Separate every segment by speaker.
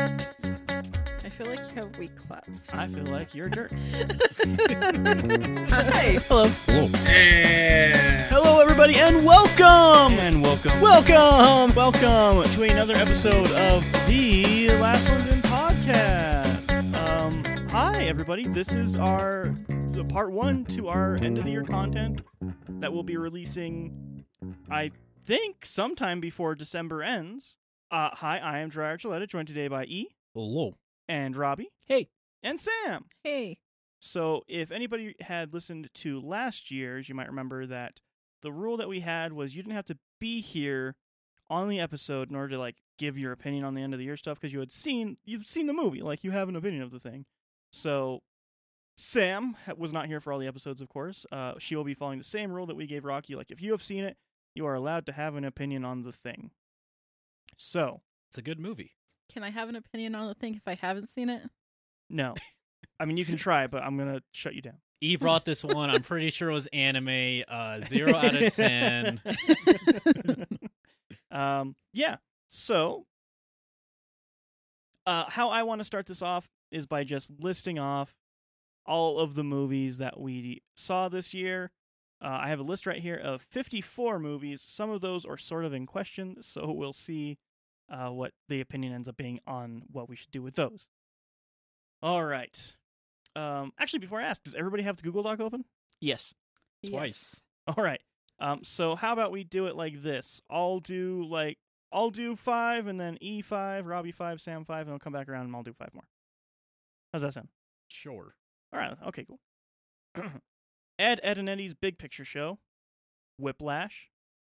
Speaker 1: I feel like you have weak claps.
Speaker 2: I feel like you're a jerk.
Speaker 1: Hi. Hello.
Speaker 2: Hello, everybody, and welcome! And welcome. Welcome! Welcome to another episode of the Last Ones in Podcast. Um, hi, everybody. This is our the part one to our end of the year content that we'll be releasing, I think, sometime before December ends. Uh, hi, I am Dry Archuleta, joined today by E
Speaker 3: Hello.
Speaker 2: and Robbie.
Speaker 3: Hey.
Speaker 2: And Sam.
Speaker 1: Hey.
Speaker 2: So, if anybody had listened to last year's, you might remember that the rule that we had was you didn't have to be here on the episode in order to like give your opinion on the end of the year stuff because you had seen you've seen the movie, like you have an opinion of the thing. So, Sam ha- was not here for all the episodes, of course. Uh, she will be following the same rule that we gave Rocky. Like, if you have seen it, you are allowed to have an opinion on the thing. So,
Speaker 3: It's a good movie.
Speaker 1: Can I have an opinion on the thing if I haven't seen it?
Speaker 2: no, I mean you can try, but I'm gonna shut you down.
Speaker 3: E brought this one. I'm pretty sure it was anime. Uh, zero out of ten.
Speaker 2: um, yeah. So, uh, how I want to start this off is by just listing off all of the movies that we saw this year. Uh, I have a list right here of 54 movies. Some of those are sort of in question, so we'll see uh, what the opinion ends up being on what we should do with those. All right. Um, actually, before I ask, does everybody have the Google Doc open?
Speaker 4: Yes.
Speaker 3: Twice.
Speaker 2: All right. Um, so how about we do it like this? I'll do like I'll do five, and then E five, Robbie five, Sam five, and I'll come back around and I'll do five more. How's that sound?
Speaker 3: Sure.
Speaker 2: All right. Okay. Cool. Ed, Ed and Eddie's Big Picture Show, Whiplash,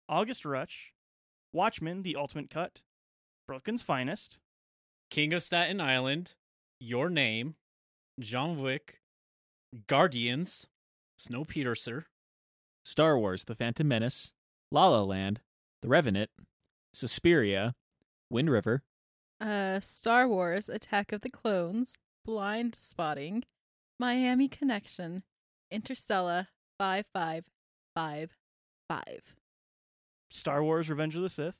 Speaker 2: August Rush, Watchmen: The Ultimate Cut, Brooklyn's Finest,
Speaker 3: King of Staten Island. Your name. John Wick. Guardians. Snowpiercer.
Speaker 4: Star Wars The Phantom Menace, La La Land, The Revenant, Suspiria, Wind River,
Speaker 1: Uh, Star Wars: Attack of the Clones, Blind Spotting, Miami Connection, Interstellar, five five five five.
Speaker 2: Star Wars: Revenge of the Sith,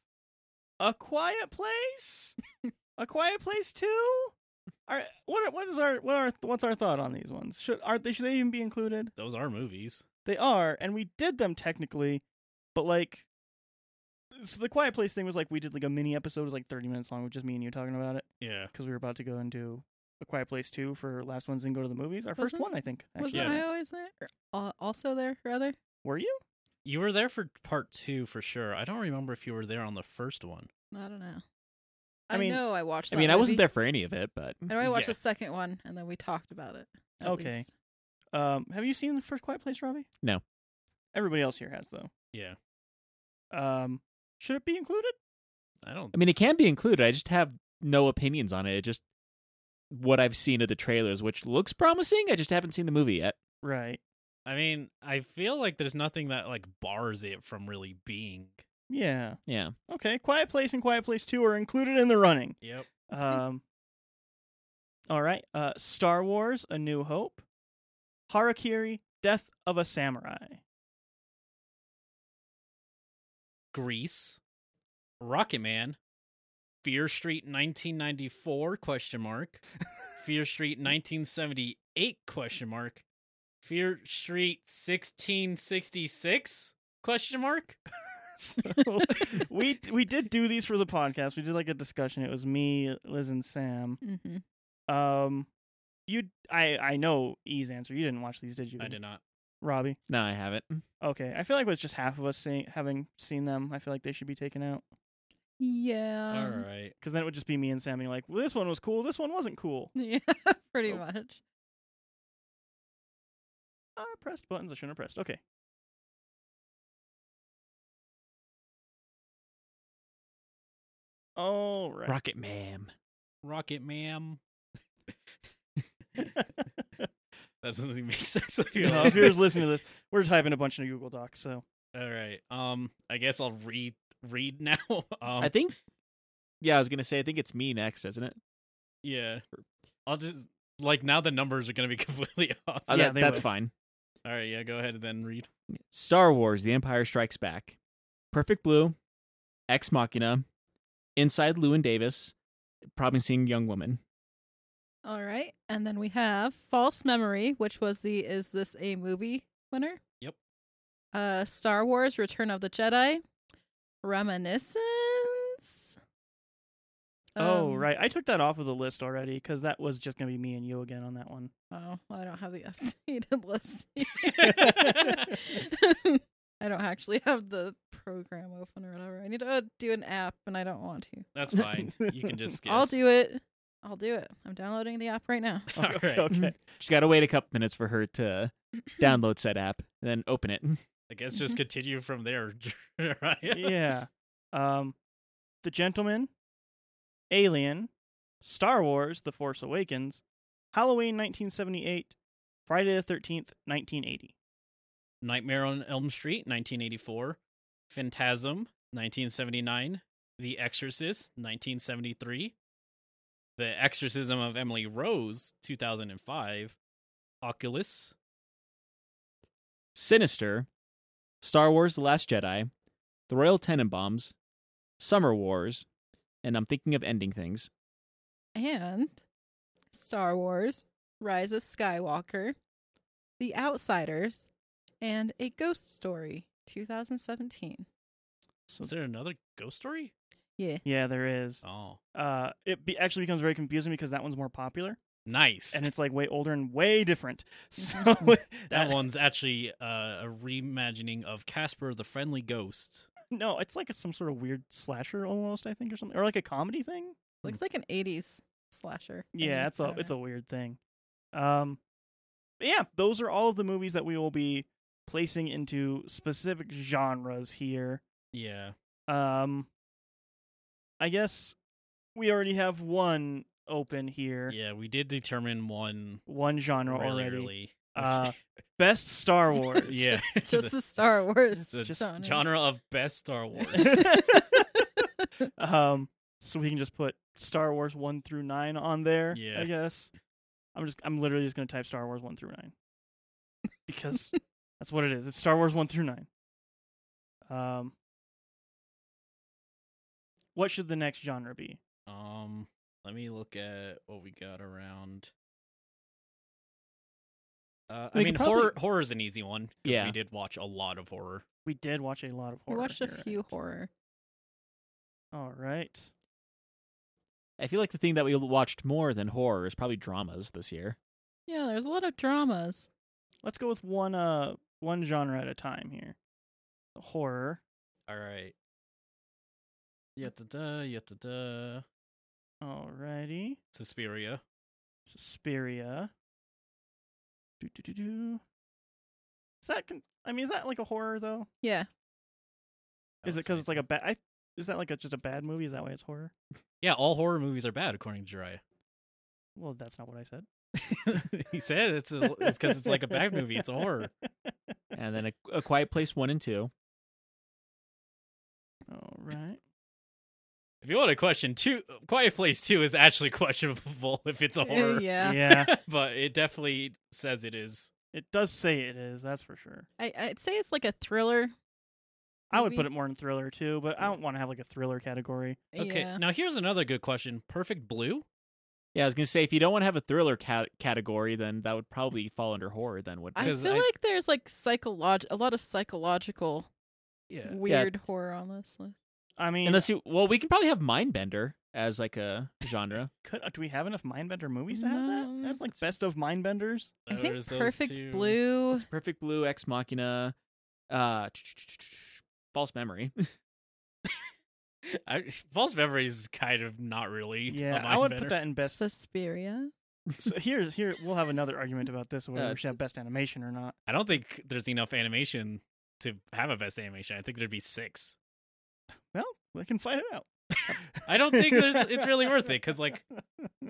Speaker 2: A Quiet Place, A Quiet Place Two. Are, what are- what is our what are what's our thought on these ones? Should are they should they even be included?
Speaker 3: Those are movies.
Speaker 2: They are, and we did them technically, but like, so the Quiet Place thing was like we did like a mini episode, it was like thirty minutes long, with just me and you talking about it
Speaker 3: Yeah.
Speaker 2: because we were about to go and do A Quiet Place Two for last ones and go to the movies. Our first
Speaker 1: Wasn't-
Speaker 2: one, I think. Actually,
Speaker 1: Wasn't
Speaker 3: Yeah.
Speaker 1: I always there? Or al- also there, rather.
Speaker 2: were you?
Speaker 3: You were there for part two for sure. I don't remember if you were there on the first one.
Speaker 1: I don't know.
Speaker 2: I
Speaker 1: I,
Speaker 2: mean-
Speaker 1: know I watched.
Speaker 4: I
Speaker 1: that
Speaker 4: mean, I wasn't
Speaker 1: movie.
Speaker 4: there for any of it, but
Speaker 1: I know I watched
Speaker 3: Yeah.
Speaker 1: the second one, and then we talked about it. at
Speaker 2: Okay.
Speaker 1: least.
Speaker 2: Um, have you seen the first Quiet Place, Robbie?
Speaker 4: No.
Speaker 2: Everybody else here has though.
Speaker 3: Yeah.
Speaker 2: Um, should it be included?
Speaker 3: I don't.
Speaker 4: I mean, it can be included. I just have no opinions on it. It just what I've seen of the trailers, which looks promising. I just haven't seen the movie yet.
Speaker 2: Right.
Speaker 3: I mean, I feel like there's nothing that like bars it from really being.
Speaker 2: Yeah.
Speaker 4: Yeah.
Speaker 2: Okay. Quiet Place and Quiet Place Two are included in the running.
Speaker 3: Yep.
Speaker 2: Um, all right. Uh, Star Wars: A New Hope, Harakiri, Death of a Samurai.
Speaker 3: Grease, Rocket Man, Fear Street 1994 question mark, Fear Street 1978 question mark, Fear Street 1666 question mark.
Speaker 2: So we we did do these for the podcast. We did like a discussion. It was me, Liz, and Sam.
Speaker 1: Mhm.
Speaker 2: Um, you, I, I know E's answer. You didn't watch these, did you?
Speaker 3: I did not.
Speaker 2: Robbie.
Speaker 4: No, I haven't.
Speaker 2: Okay. I feel like with just half of us seeing, having seen them, I feel like they should be taken out
Speaker 1: Yeah.
Speaker 2: Um,
Speaker 3: All right.
Speaker 2: because then it would just be me and Sam being like, well, "This one was cool. This one wasn't cool."
Speaker 1: Yeah. Pretty
Speaker 2: Oh.
Speaker 1: much.
Speaker 2: Uh, I pressed buttons I shouldn't have pressed. Okay. All right.
Speaker 4: Rocket Man.
Speaker 3: Rocket Man. That doesn't even make sense if you
Speaker 2: if you're just listening to this, we're typing a bunch into Google Docs. So
Speaker 3: All right. Um I guess I'll read read now. Um
Speaker 4: I think. Yeah, I was gonna say. I think it's me next, isn't it?
Speaker 3: yeah. I'll just like now the numbers are going to be completely off.
Speaker 4: Uh,
Speaker 2: Yeah,
Speaker 4: that-
Speaker 2: they
Speaker 4: that's
Speaker 2: would.
Speaker 4: fine.
Speaker 3: All right, yeah, go ahead and then read.
Speaker 4: Star Wars: The Empire Strikes Back, Perfect Blue, Ex Machina, Inside Llewyn Davis, Promising Young Woman.
Speaker 1: All right. And then we have False Memory, which was the Is This a Movie winner.
Speaker 3: Yep.
Speaker 1: Uh Star Wars Return of the Jedi. Reminiscence.
Speaker 2: oh
Speaker 1: Um,
Speaker 2: right, I took that off of the list already because that was just gonna be me and you again on that one.
Speaker 1: Oh, well, I don't have the updated list. here.
Speaker 3: That's
Speaker 1: I don't actually have the program open or whatever. I need to uh, do an app and I don't want to.
Speaker 3: fine. You can just guess.
Speaker 1: I'll do it. I'll do it. I'm downloading the app right now.
Speaker 3: All
Speaker 2: Okay,
Speaker 3: right.
Speaker 2: okay.
Speaker 4: She's got to wait a couple minutes for her to download said app, then open it.
Speaker 3: I guess just
Speaker 1: Mhm.
Speaker 3: continue from there. right?
Speaker 2: yeah. Um, The Gentleman, Alien, Star Wars: The Force Awakens, Halloween 1978, Friday the 13th 1980.
Speaker 3: Nightmare on Elm Street, 1984. Phantasm, 1979. The Exorcist, 1973. The Exorcism of Emily Rose, 2005. Oculus,
Speaker 4: Sinister, Star Wars: The Last Jedi, The Royal Tenenbaums, Summer Wars, and I'm thinking of ending things.
Speaker 1: and Star Wars, Rise of Skywalker, The Outsiders, and A Ghost Story 2017.
Speaker 2: So
Speaker 3: Is there another ghost story?
Speaker 1: Yeah.
Speaker 2: yeah, there is.
Speaker 3: Oh,
Speaker 2: Uh, it be- actually becomes very confusing because that one's more popular
Speaker 3: nice.
Speaker 2: and it's like way older and way different. So
Speaker 1: Mhm.
Speaker 3: that one's actually uh, a reimagining of Casper the Friendly Ghost.
Speaker 2: No, it's like a, some sort of weird slasher almost, I think, or something, or like a comedy thing.
Speaker 1: Looks like an 80s slasher. I mean,
Speaker 2: Yeah, it's
Speaker 1: I
Speaker 2: a
Speaker 1: don't
Speaker 2: it's
Speaker 1: know.
Speaker 2: a weird thing. Um, but yeah, those are all of the movies that we will be placing into specific genres here.
Speaker 3: Yeah.
Speaker 2: Um, I guess we already have one open here,
Speaker 3: Yeah, we did determine one
Speaker 2: one genre
Speaker 3: really
Speaker 2: already.
Speaker 3: early.
Speaker 2: Uh, Best Star Wars.
Speaker 3: yeah.
Speaker 1: just the Star Wars
Speaker 3: the
Speaker 2: just
Speaker 1: genre.
Speaker 3: genre of best Star Wars.
Speaker 2: um, so we can just put Star Wars one through nine on there.
Speaker 3: Yeah.
Speaker 2: I guess. I'm just I'm literally just gonna type Star Wars one through nine because that's what it is. It's Star Wars one through nine. Um, what should the next genre be?
Speaker 3: Um, let me look at what we got around. Uh, I
Speaker 4: We
Speaker 3: mean,
Speaker 4: could probably-
Speaker 3: horror horror is an easy one because
Speaker 4: Yeah.
Speaker 3: we did watch a lot of horror.
Speaker 2: We did watch a lot of
Speaker 1: We
Speaker 2: horror.
Speaker 1: watched a
Speaker 2: you're
Speaker 1: few
Speaker 2: right.
Speaker 1: horror.
Speaker 2: All right.
Speaker 4: I feel like the thing that we watched more than horror is probably dramas this year.
Speaker 1: Yeah, there's a lot of dramas.
Speaker 2: Let's go with one uh one genre at a time here. Horror.
Speaker 3: All right. Yada yada da.
Speaker 2: Alrighty.
Speaker 3: Suspiria.
Speaker 2: Suspiria. Do do do do. Is that? Con- I mean, is that like a horror though?
Speaker 1: Yeah.
Speaker 3: I
Speaker 2: is it
Speaker 3: would say
Speaker 2: because it's like
Speaker 3: so.
Speaker 2: a bad? I is that like a, just a bad movie? Is that why it's horror?
Speaker 3: yeah? All horror movies are bad, according to Jiraiya.
Speaker 2: Well, that's not what I said.
Speaker 3: he said it's a, it's because it's like a bad movie. It's a horror.
Speaker 4: And then a, a Quiet Place one and two.
Speaker 2: All right.
Speaker 3: If you want a question, two Quiet Place Two is actually questionable if it's a
Speaker 1: Uh,
Speaker 3: horror.
Speaker 1: yeah.
Speaker 2: Yeah,
Speaker 3: but it definitely says it is.
Speaker 2: it does say it is. That's for sure.
Speaker 1: I, I'd say it's like a thriller.
Speaker 2: I would
Speaker 1: Maybe.
Speaker 2: put it more in thriller too, but I don't want to have like a thriller category.
Speaker 3: Okay.
Speaker 1: Yeah.
Speaker 3: Now here's another good question. Perfect Blue.
Speaker 4: Yeah, I was gonna say if you don't want to have a thriller ca- category, then that would probably fall under horror. Then would
Speaker 1: I
Speaker 3: because
Speaker 1: feel
Speaker 3: I-
Speaker 1: like there's like psycholog a lot of psychological
Speaker 3: Yeah.
Speaker 1: weird horror on this list.
Speaker 2: I mean,
Speaker 4: unless you well, we can probably have Mindbender as like a genre.
Speaker 2: could, do we have enough Mindbender movies to have
Speaker 1: No.
Speaker 2: that? That's like best of Mindbenders.
Speaker 1: I think
Speaker 3: uh, There's those
Speaker 1: Perfect
Speaker 3: two.
Speaker 1: Blue.
Speaker 4: it's Perfect Blue, Ex Machina, uh, False Memory.
Speaker 3: I, false memories is kind of not really. a
Speaker 2: Yeah, I
Speaker 3: mind
Speaker 2: would
Speaker 3: bender.
Speaker 2: put that in best.
Speaker 1: Suspiria.
Speaker 2: so here's here we'll have another argument about this whether
Speaker 4: Uh,
Speaker 2: we should have best animation or not.
Speaker 3: I don't think there's enough animation to have a best animation. I think there'd be six.
Speaker 2: We can find it out.
Speaker 3: I don't think there's. it's really worth it because like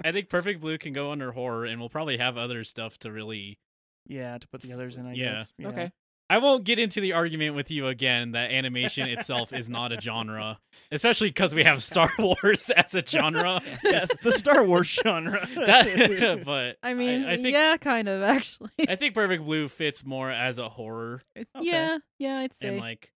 Speaker 3: I think Perfect Blue can go under horror, and we'll probably have other stuff to really.
Speaker 2: Yeah, to put the others in, I
Speaker 3: Yeah.
Speaker 2: guess. Yeah.
Speaker 4: Okay,
Speaker 3: I won't get into the argument with you again that animation itself is not a genre, especially because we have Star Wars as a genre.
Speaker 2: Yes, the Star Wars genre.
Speaker 3: That- but
Speaker 1: I mean,
Speaker 3: I, think
Speaker 1: yeah, kind of actually.
Speaker 3: I think Perfect Blue fits more as a horror
Speaker 1: Yeah, yeah, I'd say.
Speaker 3: and like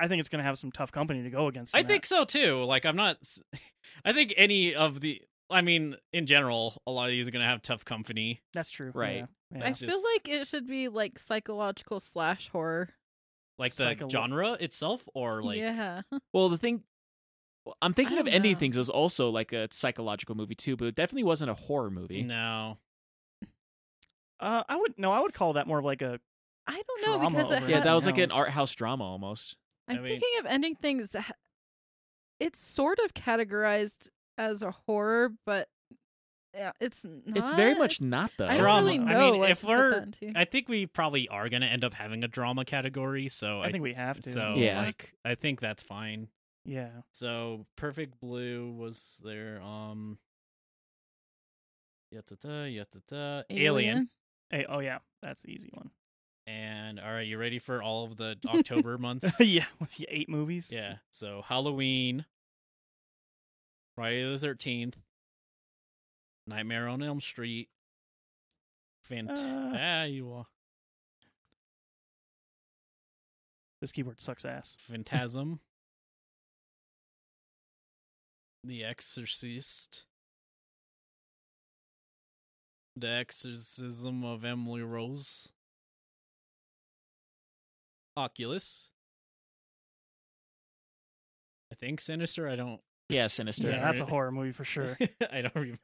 Speaker 2: I think it's going to have some tough company to go against.
Speaker 3: I
Speaker 2: in that.
Speaker 3: think so too. Like I'm not s- I think any of the I mean, in general, a lot of these are going to have tough company.
Speaker 2: that's true.
Speaker 4: Right.
Speaker 2: Yeah.
Speaker 1: I
Speaker 2: Yeah.
Speaker 3: It's
Speaker 1: feel
Speaker 3: just-
Speaker 1: like it should be like psychological slash horror.
Speaker 3: Like the
Speaker 2: Psycholo-
Speaker 3: genre itself or like
Speaker 1: yeah,
Speaker 4: Well, the thing well, I'm thinking
Speaker 1: I
Speaker 4: of
Speaker 1: don't
Speaker 4: Ending
Speaker 1: know.
Speaker 4: Things was also like a psychological movie too, but it definitely wasn't a horror movie.
Speaker 3: no.
Speaker 2: Uh, I would no. I would call that more of like a
Speaker 1: I don't know
Speaker 2: Drama
Speaker 1: because it
Speaker 2: over
Speaker 1: had,
Speaker 2: it.
Speaker 4: Yeah, that was like an
Speaker 2: Else.
Speaker 4: art house drama almost.
Speaker 1: I'm
Speaker 3: I mean-
Speaker 1: thinking of ending things. h- It's sort of categorized as a horror, but yeah, it's not.
Speaker 4: It's very much not though.
Speaker 1: I don't
Speaker 3: Drama.
Speaker 1: really
Speaker 3: I
Speaker 1: know
Speaker 3: mean,
Speaker 1: what
Speaker 3: if
Speaker 1: to put
Speaker 3: we're-
Speaker 1: that into.
Speaker 3: I think we probably are going to end up having a drama category, so
Speaker 2: I think we have to.
Speaker 3: Oh, so
Speaker 4: Yeah.
Speaker 3: like I think that's fine.
Speaker 2: yeah.
Speaker 3: So Perfect Blue was there um Yatata, yatata, Alien.
Speaker 2: Hey, oh yeah, that's the easy one.
Speaker 3: And all right, you ready for all of the October months?
Speaker 2: yeah, with the eight movies.
Speaker 3: Yeah. So Halloween, Friday the Thirteenth, Nightmare on Elm Street. Fant-
Speaker 2: Uh.
Speaker 3: ah, you are
Speaker 2: This keyboard sucks ass.
Speaker 3: Phantasm. the Exorcist. The Exorcism of Emily Rose. Oculus. I think Sinister. I don't.
Speaker 4: Yeah, sinister.
Speaker 2: Yeah,
Speaker 3: Yeah,
Speaker 2: that's a
Speaker 3: right.
Speaker 2: horror movie for sure.
Speaker 3: I don't remember.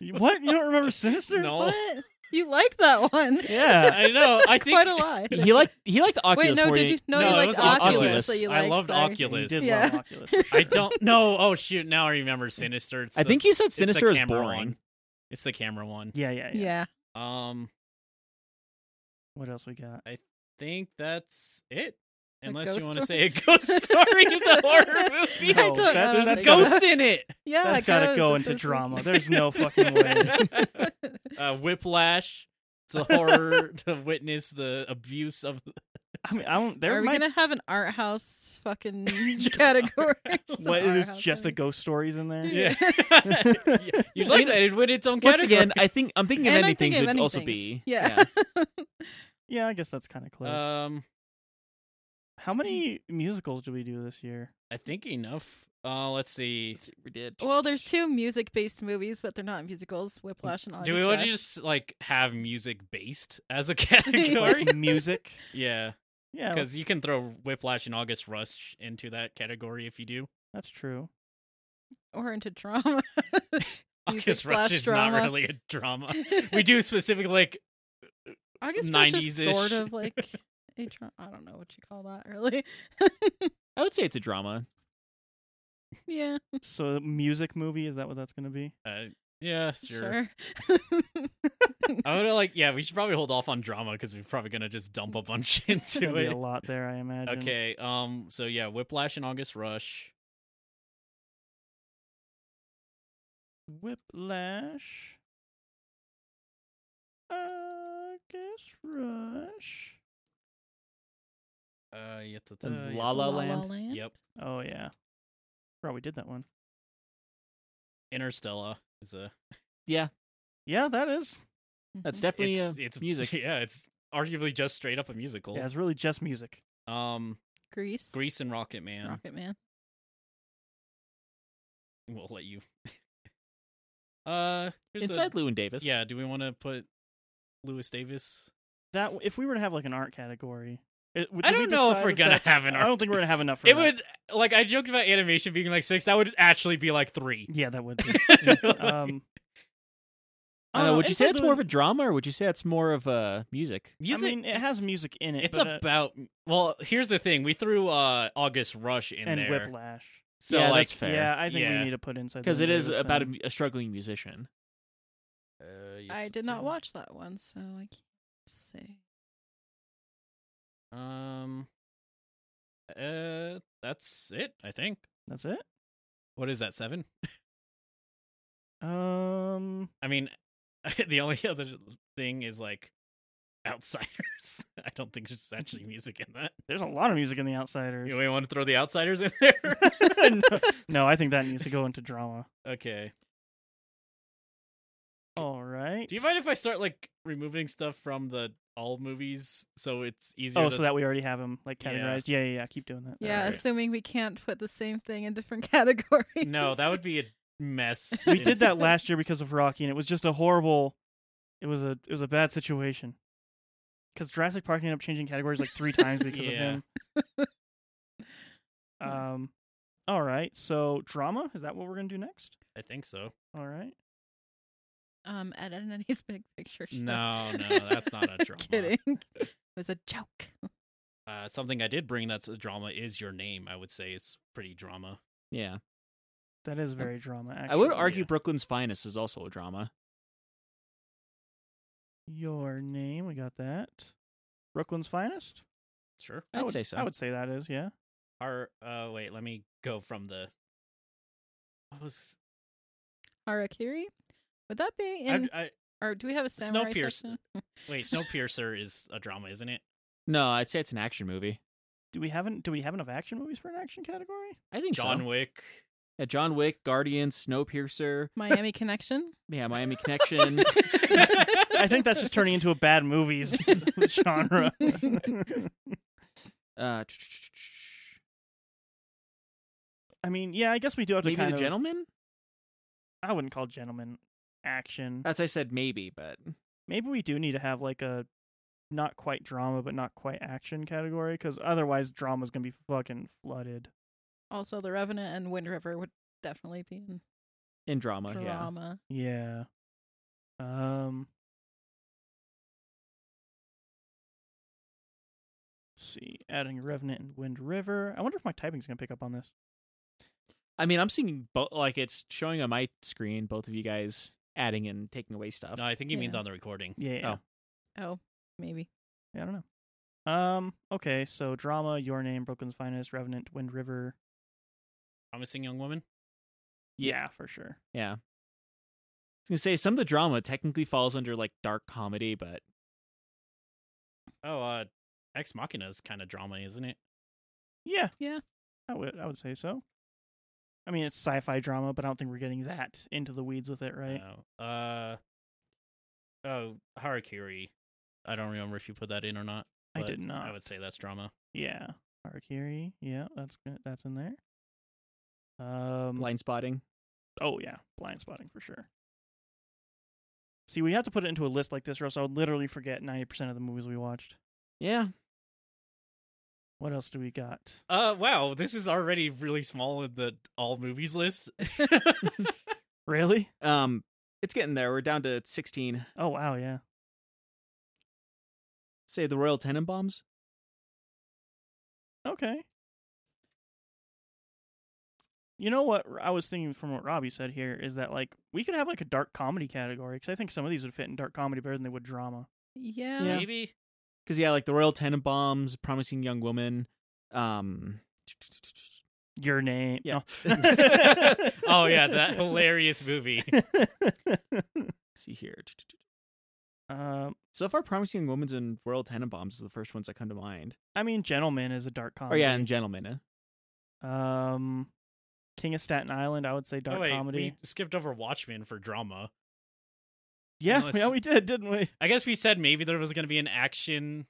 Speaker 2: You- what? You don't remember Sinister?
Speaker 3: No.
Speaker 1: What? You liked that one?
Speaker 2: Yeah.
Speaker 3: I know. I think
Speaker 1: quite a lot.
Speaker 4: He liked he liked Oculus.
Speaker 1: Wait, no,
Speaker 4: more
Speaker 1: did
Speaker 4: than-
Speaker 1: you? No,
Speaker 3: No,
Speaker 1: you
Speaker 3: it
Speaker 1: liked
Speaker 3: was
Speaker 1: Oculus.
Speaker 4: Oculus.
Speaker 1: that you
Speaker 3: I
Speaker 1: liked,
Speaker 3: loved
Speaker 1: sorry.
Speaker 2: You
Speaker 3: Oculus.
Speaker 2: did
Speaker 1: Yeah.
Speaker 2: love Oculus.
Speaker 3: I don't know. Oh shoot! Now I remember Sinister. It's
Speaker 4: I
Speaker 3: the-
Speaker 4: think he said
Speaker 3: it's the
Speaker 4: sinister is
Speaker 3: camera
Speaker 4: boring.
Speaker 3: One. It's the camera one.
Speaker 2: Yeah, yeah, yeah.
Speaker 1: Yeah.
Speaker 3: Um,
Speaker 2: What else we got?
Speaker 3: think that's it.
Speaker 1: A
Speaker 3: Unless you
Speaker 1: ghost
Speaker 3: want to
Speaker 1: story?
Speaker 3: say a ghost story is a horror movie.
Speaker 1: I don't
Speaker 2: No, that-
Speaker 1: know.
Speaker 2: there's that's
Speaker 3: There's a
Speaker 1: Like,
Speaker 2: gotta-
Speaker 3: ghost in it.
Speaker 1: Yeah,
Speaker 2: That's got to
Speaker 1: ghosts,
Speaker 2: go
Speaker 1: this
Speaker 2: into
Speaker 1: oh, is
Speaker 2: drama.
Speaker 1: like-
Speaker 2: There's no fucking way.
Speaker 3: Uh, Whiplash. It's a horror to witness the abuse of
Speaker 2: I mean, I don't. There
Speaker 1: Are we
Speaker 2: might.
Speaker 1: gonna have an art house fucking
Speaker 3: Just
Speaker 1: category?
Speaker 3: art house.
Speaker 1: Just an
Speaker 2: what?
Speaker 1: art
Speaker 2: There's
Speaker 1: house
Speaker 2: just a
Speaker 1: movie.
Speaker 2: ghost stories in there.
Speaker 3: yeah. You'd like that. It would its own
Speaker 4: Once
Speaker 3: category.
Speaker 4: again, I think I'm thinking of
Speaker 1: And I
Speaker 4: anything
Speaker 1: think of
Speaker 4: should also
Speaker 1: anythings.
Speaker 4: be.
Speaker 1: Yeah.
Speaker 2: Yeah, I guess that's kind of close.
Speaker 3: um,
Speaker 2: How many
Speaker 1: hmm.
Speaker 2: musicals do we do this year?
Speaker 3: I think enough. Uh, let's see.
Speaker 4: we did.
Speaker 1: well, there's two music-based movies, but they're not musicals. Oh, Whiplash and Audrey
Speaker 3: Do we want to
Speaker 1: Trash.
Speaker 3: just like have music based as a
Speaker 2: Just
Speaker 3: category?
Speaker 2: like music.
Speaker 3: yeah,
Speaker 2: Yeah,
Speaker 3: because
Speaker 2: that's-
Speaker 3: you can throw Whiplash and August Rush into that category if you do.
Speaker 2: that's true.
Speaker 1: or into drama? Music
Speaker 3: August Rush
Speaker 1: slash
Speaker 3: is
Speaker 1: drama.
Speaker 3: not really a drama. We do specifically like
Speaker 1: August Rush is
Speaker 3: 90s-ish.
Speaker 1: sort of like a drama. I don't know what you call that, really.
Speaker 4: I would say it's a drama.
Speaker 1: yeah,
Speaker 2: So, music movie is that what that's gonna be?
Speaker 3: uh, yeah, sure.
Speaker 1: sure.
Speaker 3: I would like yeah. We should probably hold off on drama because we're probably gonna just dump a bunch
Speaker 2: There's
Speaker 3: into
Speaker 2: gonna be
Speaker 3: it.
Speaker 2: a lot there, I imagine.
Speaker 3: Okay. Um. So yeah, Whiplash and August Rush.
Speaker 2: Whiplash. August Rush.
Speaker 3: Uh, yata-
Speaker 4: And
Speaker 3: yata-
Speaker 4: La La Land.
Speaker 3: Yep.
Speaker 2: Oh yeah, probably did that one.
Speaker 3: Interstellar is a
Speaker 2: Yeah, that is.
Speaker 1: Mm-hmm.
Speaker 4: That's definitely
Speaker 3: it's,
Speaker 4: uh,
Speaker 3: it's
Speaker 4: music.
Speaker 3: Yeah, it's arguably just straight up a musical.
Speaker 2: Yeah, it's really just music.
Speaker 3: Um,
Speaker 1: Greece.
Speaker 3: Grease and Rocket Man.
Speaker 1: Rocket Man.
Speaker 3: We'll let you. uh, here's a-
Speaker 4: Inside Lewin Davis.
Speaker 3: Yeah, do we want to put Lewis Davis?
Speaker 2: That if we were to have like an art category, it, would-
Speaker 3: I
Speaker 2: did we
Speaker 3: don't know if
Speaker 2: decide
Speaker 3: we're gonna
Speaker 2: that's-
Speaker 3: have an
Speaker 2: I don't
Speaker 3: art-
Speaker 2: think we're gonna have enough. For
Speaker 3: It
Speaker 2: that.
Speaker 3: would like I joked about animation being like six. That would actually be like three.
Speaker 2: Yeah, that would. Be. um,
Speaker 4: I don't know,
Speaker 2: uh,
Speaker 4: would you say
Speaker 2: not
Speaker 4: it's
Speaker 2: really-
Speaker 4: more of a drama or would you say it's more of a music?
Speaker 2: I mean, it has music in it.
Speaker 3: It's
Speaker 2: but, uh,
Speaker 3: about well. Here's the thing: we threw uh August Rush in
Speaker 2: and
Speaker 3: there,
Speaker 2: Whiplash.
Speaker 3: so
Speaker 4: yeah,
Speaker 3: like
Speaker 4: that's fair.
Speaker 2: Yeah, I think
Speaker 3: Yeah.
Speaker 2: we need to put inside
Speaker 4: Because it
Speaker 2: Llewyn
Speaker 4: is
Speaker 2: Davis um,
Speaker 4: about a,
Speaker 2: then.
Speaker 4: mu- a struggling musician.
Speaker 3: uh,
Speaker 1: I did not watch that one, so I can't say.
Speaker 3: Um, uh, that's it. I think.
Speaker 2: That's it.
Speaker 3: What is that? Seven?
Speaker 2: Um,
Speaker 3: I mean, the only other thing is like, Outsiders. I don't think there's actually music in that.
Speaker 2: There's a lot of music in The Outsiders.
Speaker 3: You want to throw the Outsiders in there?
Speaker 2: no, no, I think that needs to go into drama.
Speaker 3: okay.
Speaker 2: All right.
Speaker 3: Do you mind if I start like removing stuff from the all movies so it's easier?
Speaker 2: Oh,
Speaker 3: to-
Speaker 2: so that we already have them like
Speaker 3: Yeah.
Speaker 2: categorized. Yeah, yeah, yeah. Keep doing that.
Speaker 1: Yeah,
Speaker 3: Alright.
Speaker 1: assuming we can't put the same thing in different categories.
Speaker 3: no, that would be a mess.
Speaker 2: We did that last year because of Rocky, and it was just a horrible. It was a it was a bad situation. Because Jurassic Park ended up changing categories like three times because
Speaker 3: Yeah.
Speaker 2: of him. Um, all right. So drama is that what we're gonna do next?
Speaker 3: I think so.
Speaker 2: All right.
Speaker 1: um at Eddie's big picture. Show.
Speaker 3: No, no, that's not a drama.
Speaker 1: Kidding. It was a joke.
Speaker 3: Uh, something I did bring that's a drama is your name. I would say it's pretty drama.
Speaker 4: Yeah.
Speaker 2: That is very drama. Actually.
Speaker 4: I would argue
Speaker 3: yeah.
Speaker 4: Brooklyn's Finest is also a drama.
Speaker 2: your name. We got that. Brooklyn's finest.
Speaker 3: Sure.
Speaker 2: I
Speaker 4: I'd
Speaker 2: would-
Speaker 4: say so.
Speaker 2: I would say that is yeah.
Speaker 3: Our uh, wait, let me go from the. What was
Speaker 1: Harakiri? Would that be
Speaker 3: I,
Speaker 1: in
Speaker 3: I,
Speaker 1: or do we have a samurai
Speaker 3: Snowpiercer.
Speaker 1: section?
Speaker 3: wait? Snowpiercer is a drama, isn't it?
Speaker 4: No, I'd say it's an action movie.
Speaker 2: Do we haven't? Do we have enough action movies for an action category?
Speaker 4: I think
Speaker 3: John
Speaker 4: so.
Speaker 3: Wick.
Speaker 4: yeah, John Wick, Guardians, Snowpiercer,
Speaker 1: Miami Connection?
Speaker 4: yeah, Miami Connection.
Speaker 2: I think that's just turning into a bad movies genre.
Speaker 4: Uh,
Speaker 2: I mean, yeah, I guess we do have to
Speaker 4: maybe
Speaker 2: kind
Speaker 4: the
Speaker 2: of.
Speaker 4: Gentleman.
Speaker 2: I wouldn't call gentleman action.
Speaker 4: That's I said maybe, but
Speaker 2: Maybe we do need to have like a not quite drama but not quite action category because otherwise drama's gonna be fucking flooded.
Speaker 1: also The Revenant and Wind River would definitely be in
Speaker 4: in drama, yeah.
Speaker 1: drama.
Speaker 2: Yeah. Um. Let's see, adding Revenant and Wind River. I wonder if my typing's gonna pick up on this.
Speaker 4: I mean, I'm seeing both. Like it's showing on my screen, both of you guys adding and taking away stuff.
Speaker 3: No, I think he means
Speaker 1: Yeah.
Speaker 3: on the recording.
Speaker 2: Yeah. yeah.
Speaker 4: Oh.
Speaker 1: Oh, maybe.
Speaker 2: Yeah, I don't know. Um. Okay. So drama, Your Name, Brooklyn's Finest, Revenant, Wind River.
Speaker 3: Promising young woman.
Speaker 4: Yeah.
Speaker 2: Yeah, for sure.
Speaker 4: Yeah. I was gonna say some of the drama technically falls under like dark comedy, but
Speaker 3: Oh, uh, Ex Machina is kind of drama, isn't it?
Speaker 2: Yeah.
Speaker 1: Yeah.
Speaker 2: I would. I would say so. I mean, it's sci-fi drama, but I don't think we're getting that into the weeds with it, right?
Speaker 3: No. Uh, oh, Harakiri. I don't remember if you put that in or not.
Speaker 2: I
Speaker 3: but
Speaker 2: did not.
Speaker 3: I would say that's drama.
Speaker 2: Yeah. Harakiri. Yeah, that's good. That's in there. Um.
Speaker 4: blind spotting.
Speaker 2: Oh yeah, blind spotting for sure. See, we have to put it into a list like this, or else I would literally forget ninety percent of the movies we watched.
Speaker 4: Yeah.
Speaker 2: What else do we got?
Speaker 3: Uh, wow, this is already really small in the all movies list.
Speaker 2: Really?
Speaker 4: Um, it's getting there. We're down to sixteen.
Speaker 2: Oh wow, yeah.
Speaker 4: Say the Royal Tenenbaums.
Speaker 2: Okay. You know what I was thinking from what Robbie said here is that like we could have like a dark comedy category because I think some of these would fit in dark comedy better than they would drama.
Speaker 1: Yeah.
Speaker 4: Yeah.
Speaker 3: Maybe.
Speaker 4: Because yeah, like the Royal Tenenbaums, Promising Young Woman. Um,
Speaker 2: Your name,
Speaker 4: Yeah.
Speaker 2: no.
Speaker 3: Oh yeah, that hilarious movie.
Speaker 4: let's see here.
Speaker 2: Um,
Speaker 4: So far, Promising Young Woman's and Royal Tenenbaums is the first ones that come to mind.
Speaker 2: I mean, Gentleman is a dark
Speaker 4: Oh
Speaker 2: comedy.
Speaker 4: yeah, and Gentlemen. eh?
Speaker 2: Um, King of Staten Island, I would say dark
Speaker 3: oh, wait,
Speaker 2: comedy.
Speaker 3: We skipped over Watchmen for drama.
Speaker 2: yeah,
Speaker 3: Unless-
Speaker 2: yeah, we did, didn't we?
Speaker 3: I guess we said maybe there was going to be an action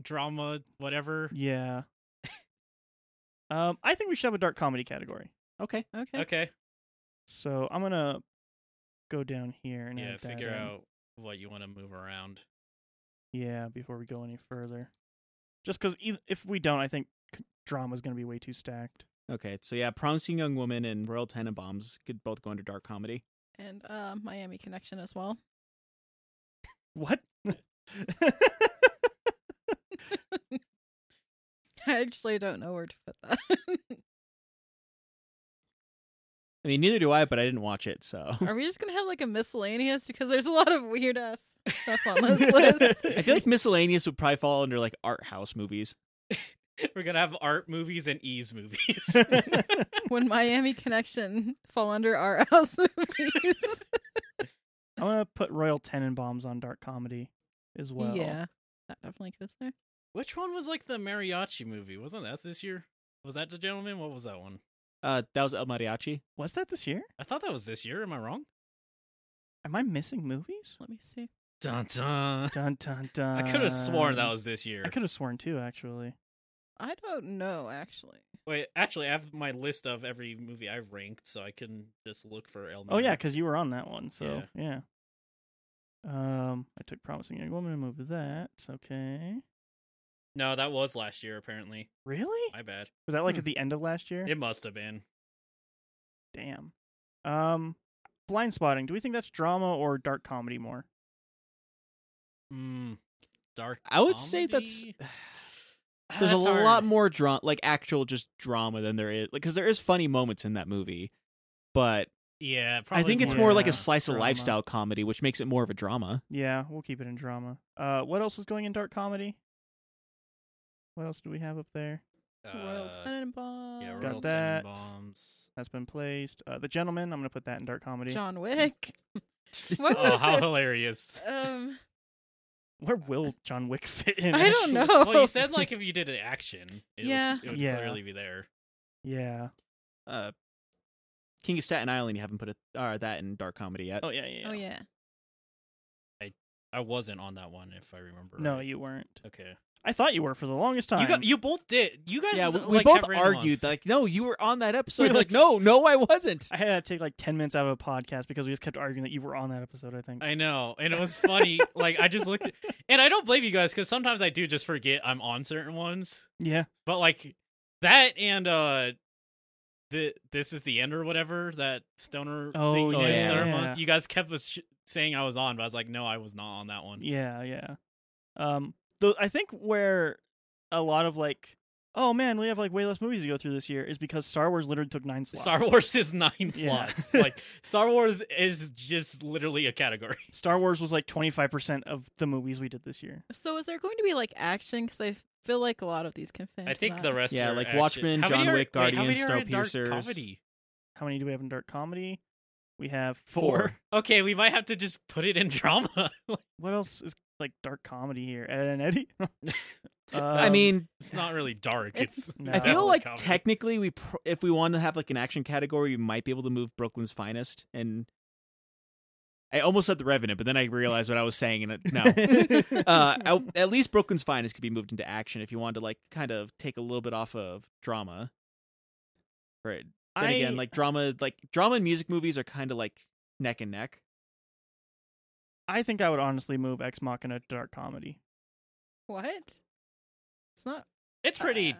Speaker 3: drama, whatever.
Speaker 2: Yeah. um, I think we should have a dark comedy category.
Speaker 4: Okay.
Speaker 1: Okay.
Speaker 3: Okay.
Speaker 2: So I'm gonna go down here and
Speaker 3: Yeah,
Speaker 2: add that
Speaker 3: figure
Speaker 2: in.
Speaker 3: out what you want to move around.
Speaker 2: Yeah, before we go any further, just because if we don't, I think drama is gonna be way too stacked.
Speaker 4: Okay. So yeah, Promising Young Woman and Royal Tenenbaums could both go under dark comedy.
Speaker 1: And uh, Miami Connection as well.
Speaker 2: What?
Speaker 1: I actually don't know where to put that.
Speaker 4: I mean, neither do I, but I didn't watch it, so
Speaker 1: Are we just gonna have like a miscellaneous because there's a lot of weird ass stuff on this list?
Speaker 4: I feel like miscellaneous would probably fall under like art house movies.
Speaker 3: We're gonna have art movies and ease movies.
Speaker 1: When Miami Connection fall under our house movies.
Speaker 2: I'm gonna put Royal Tenenbaums on dark comedy as well.
Speaker 1: Yeah. That definitely goes there.
Speaker 3: Which one was like the mariachi movie? Wasn't that this year? Was that the gentleman? What was that one?
Speaker 4: Uh, that was El Mariachi.
Speaker 2: Was that this year?
Speaker 3: I thought that was this year. Am I wrong?
Speaker 2: Am I missing movies?
Speaker 1: Let me see.
Speaker 3: Dun dun.
Speaker 2: Dun dun dun.
Speaker 3: I could have sworn that was this year.
Speaker 2: I could have sworn too, actually.
Speaker 1: I don't know actually.
Speaker 3: Wait, actually, I have my list of every movie I've ranked, so I can just look for El.
Speaker 2: Oh yeah, because you were on that one. So yeah. Um, I took promising young woman and moved to that. Okay.
Speaker 3: no, that was last year. Apparently,
Speaker 2: Really?
Speaker 3: my bad.
Speaker 2: Was that like
Speaker 4: Hmm.
Speaker 2: at the end of last year?
Speaker 3: It must have been.
Speaker 2: Damn. Um, blind spotting. Do we think that's drama or dark comedy more?
Speaker 3: Mm, dark.
Speaker 4: I would say that's
Speaker 3: comedy? Ah,
Speaker 4: there's
Speaker 3: That's
Speaker 4: a
Speaker 3: hard.
Speaker 4: lot more drama, like actual just drama than there is, because there is funny moments in that movie, but
Speaker 3: Yeah, probably uh,
Speaker 4: I think it's
Speaker 2: more
Speaker 4: more
Speaker 2: of
Speaker 4: like
Speaker 2: a
Speaker 4: a slice of
Speaker 2: drama.
Speaker 4: lifestyle comedy, which makes it more of a drama.
Speaker 2: Yeah, we'll keep it in drama. Uh, what else was going in dark comedy? What else do we have up there?
Speaker 1: Royal
Speaker 3: Uh,
Speaker 1: Tenenbaum.
Speaker 3: yeah,
Speaker 2: Got
Speaker 3: Royal
Speaker 2: that.
Speaker 3: Tenenbaums.
Speaker 2: That's been placed. Uh, the gentleman. I'm gonna put that in dark comedy.
Speaker 1: John Wick. What
Speaker 3: Oh,
Speaker 1: was
Speaker 3: how
Speaker 1: it?
Speaker 3: hilarious!
Speaker 4: Uh,
Speaker 1: Um,
Speaker 2: Where will John Wick fit in?
Speaker 1: I don't
Speaker 2: actually?
Speaker 1: know.
Speaker 3: Well, you said like if you did an action, it
Speaker 1: Yeah.
Speaker 3: was, it would
Speaker 2: Yeah.
Speaker 3: clearly be there.
Speaker 2: Yeah.
Speaker 4: Uh, King of Staten Island, you haven't put a, uh, that in dark comedy yet.
Speaker 2: Oh yeah, yeah.
Speaker 1: Oh yeah.
Speaker 3: I wasn't on that one, if I remember.
Speaker 2: No,
Speaker 3: right.
Speaker 2: you weren't.
Speaker 3: Okay.
Speaker 2: I thought you were for the longest time.
Speaker 3: You got, you both did. You guys.
Speaker 4: yeah, we,
Speaker 3: like,
Speaker 4: we
Speaker 3: have
Speaker 4: both
Speaker 3: random
Speaker 4: argued
Speaker 3: ones.
Speaker 4: like, no, you were on that episode.
Speaker 2: We
Speaker 4: You're
Speaker 2: were
Speaker 4: like,
Speaker 2: like s-
Speaker 4: no, no, I wasn't.
Speaker 2: I had to take like ten minutes out of a podcast because we just kept arguing that you were on that episode. I think.
Speaker 3: I know, and it was funny. like I just looked, at, and I don't blame you guys because sometimes I do just forget I'm on certain ones.
Speaker 2: yeah.
Speaker 3: But like that and uh, the this is the end or whatever that stoner.
Speaker 2: Oh,
Speaker 3: thing you did
Speaker 4: yeah.
Speaker 3: Stoner
Speaker 2: Yeah.
Speaker 3: month. You guys kept us sh- saying I was on, but I was like, no, I was not on that one.
Speaker 2: Yeah, yeah. Um, though I think where a lot of like, oh man, we have like way less movies to go through this year is because Star Wars literally took nine slots.
Speaker 3: Star Wars is nine
Speaker 2: Yeah.
Speaker 3: slots. Like Star Wars is just literally a category.
Speaker 2: Star Wars was like twenty five percent of the movies we did this year.
Speaker 1: So is there going to be like action? Because I feel like a lot of these can fit.
Speaker 3: I
Speaker 1: into
Speaker 3: think
Speaker 1: that.
Speaker 3: the rest.
Speaker 4: Yeah,
Speaker 3: are
Speaker 4: like
Speaker 3: action-
Speaker 4: Watchmen,
Speaker 3: How many
Speaker 4: John
Speaker 3: are-
Speaker 4: Wick,
Speaker 3: wait, how
Speaker 4: Guardians,
Speaker 3: many are in dark
Speaker 4: Snowpiercers.
Speaker 3: comedy?
Speaker 2: How many do we have in dark comedy? We have four.
Speaker 4: Four.
Speaker 3: Okay, we might have to just put it in drama.
Speaker 2: What else is like dark comedy here? Ed and Eddie.
Speaker 4: I
Speaker 2: Um,
Speaker 4: mean,
Speaker 3: it's not really dark.
Speaker 1: It's-
Speaker 3: It's,
Speaker 2: No.
Speaker 4: I feel
Speaker 3: definitely
Speaker 4: like
Speaker 3: comedy.
Speaker 4: technically, we pr- if we want to have like an action category, we might be able to move Brooklyn's Finest. And I almost said The Revenant, but then I realized what I was saying, and it, no, uh, I, at least Brooklyn's Finest could be moved into action if you wanted to like kind of take a little bit off of drama. Right. Then
Speaker 2: I-
Speaker 4: again, like drama, like drama and music movies are kind of like neck and neck.
Speaker 2: I think I would honestly move Ex Machina to dark comedy.
Speaker 1: what? It's not
Speaker 3: it's pretty
Speaker 1: uh,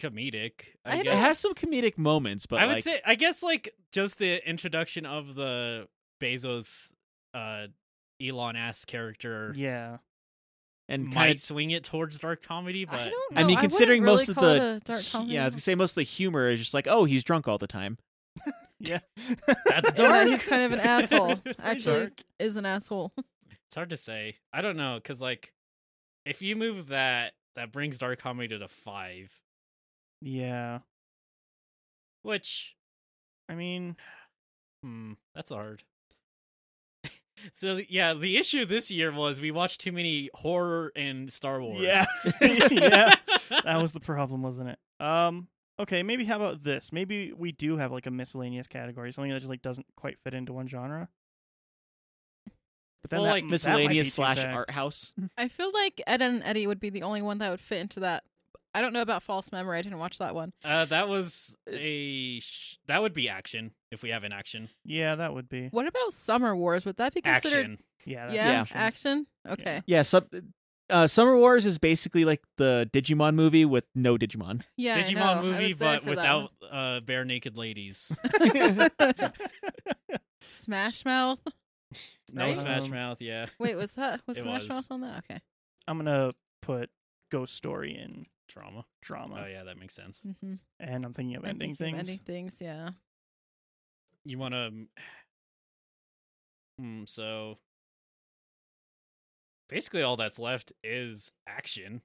Speaker 3: comedic. I,
Speaker 1: I
Speaker 3: guess.
Speaker 4: It has some comedic moments, but
Speaker 3: I would
Speaker 4: like,
Speaker 3: say, I guess, like just the introduction of the Bezos, uh, Elon ass character
Speaker 2: Yeah.
Speaker 4: and
Speaker 3: might
Speaker 4: kind of,
Speaker 3: swing it towards dark comedy, but
Speaker 1: I don't know.
Speaker 4: I mean,
Speaker 1: wouldn't
Speaker 4: considering
Speaker 1: really
Speaker 4: most of
Speaker 1: call it
Speaker 4: the
Speaker 1: a dark comedy.
Speaker 4: yeah, I was gonna say most of the humor is just like, oh, he's drunk all the time.
Speaker 2: Yeah.
Speaker 3: that's
Speaker 1: Yeah,
Speaker 3: dark.
Speaker 1: he's kind of an asshole.
Speaker 2: It's pretty
Speaker 1: Actually,
Speaker 2: dark.
Speaker 1: is an asshole.
Speaker 3: It's hard to say. I don't know because like if you move that, that brings dark comedy to the five,
Speaker 2: yeah.
Speaker 3: which
Speaker 2: I mean,
Speaker 3: hmm, that's hard. so yeah, the issue this year was we watched too many horror and Star Wars.
Speaker 2: yeah. yeah. that was the problem, wasn't it? Um. Okay, maybe how about this? Maybe we do have like a miscellaneous category, something that just like doesn't quite fit into one genre. But
Speaker 3: Well,
Speaker 2: that- that might
Speaker 3: like,
Speaker 2: be
Speaker 4: miscellaneous
Speaker 2: too
Speaker 4: slash
Speaker 2: bad.
Speaker 4: art house.
Speaker 1: I feel like Ed and Eddie would be the only one that would fit into that. I don't know about False Memory. I didn't watch that one.
Speaker 3: Uh, that was a sh- that would be action if we have an action
Speaker 2: Yeah, that would be.
Speaker 1: What about Summer Wars? Would that be considered?
Speaker 3: action.
Speaker 2: Yeah, that's
Speaker 1: Yeah,
Speaker 4: Yeah.
Speaker 1: action. Okay.
Speaker 4: Yeah, sub, uh, Summer Wars is basically like the Digimon movie with no Digimon.
Speaker 1: Yeah, I know.
Speaker 3: Digimon
Speaker 1: I
Speaker 3: movie,
Speaker 1: was there
Speaker 3: but
Speaker 1: for that
Speaker 3: without uh, bare naked ladies.
Speaker 1: one. Smash Mouth.
Speaker 3: No
Speaker 1: Right?
Speaker 3: Smash
Speaker 2: Um,
Speaker 3: Mouth. Yeah,
Speaker 1: Wait, was that was
Speaker 3: It
Speaker 1: Smash
Speaker 3: was.
Speaker 1: Mouth on that? Okay.
Speaker 2: I'm gonna put Ghost Story in
Speaker 3: drama.
Speaker 2: drama,
Speaker 3: Oh yeah, that makes sense.
Speaker 1: Mm-hmm.
Speaker 2: and I'm thinking of ending things.
Speaker 1: Ending things. Yeah.
Speaker 3: You want to? Hmm. So basically, all that's left is action.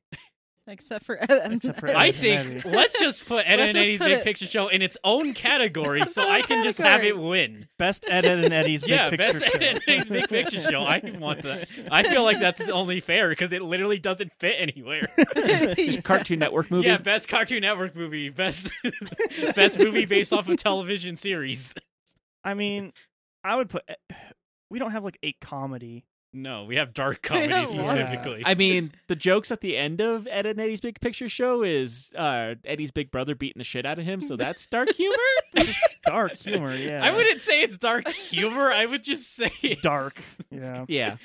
Speaker 1: except for Ed and
Speaker 2: Except for
Speaker 1: Ed.
Speaker 2: Ed
Speaker 3: I
Speaker 2: and
Speaker 3: think
Speaker 2: Eddie.
Speaker 3: let's just put Ed
Speaker 1: Let's
Speaker 3: and
Speaker 1: just
Speaker 3: Eddie's
Speaker 1: put
Speaker 3: Big
Speaker 1: it-
Speaker 3: Picture Show in its own category,
Speaker 1: Its
Speaker 3: so
Speaker 1: own
Speaker 3: I can just have it
Speaker 1: category.
Speaker 3: win.
Speaker 2: Best Ed, Ed and Eddie's big
Speaker 3: yeah,
Speaker 2: picture
Speaker 3: best Ed
Speaker 2: show.
Speaker 3: and Eddie's Big Picture Show. I want that. I feel like that's only fair because it literally doesn't fit anywhere.
Speaker 4: It's a Cartoon Network movie.
Speaker 3: Yeah, best Cartoon Network movie, best best movie based off of television series.
Speaker 2: I mean, I would put. eh, We don't have like a comedy.
Speaker 3: No, we have dark comedy
Speaker 1: Yeah.
Speaker 3: specifically.
Speaker 4: I mean, the jokes at the end of Ed and Eddie's Big Picture Show is uh, Eddie's big brother beating the shit out of him, so that's dark humor.
Speaker 2: Dark humor, yeah.
Speaker 3: I wouldn't say it's dark humor. I would just say it's
Speaker 2: Dark. Yeah.
Speaker 4: yeah,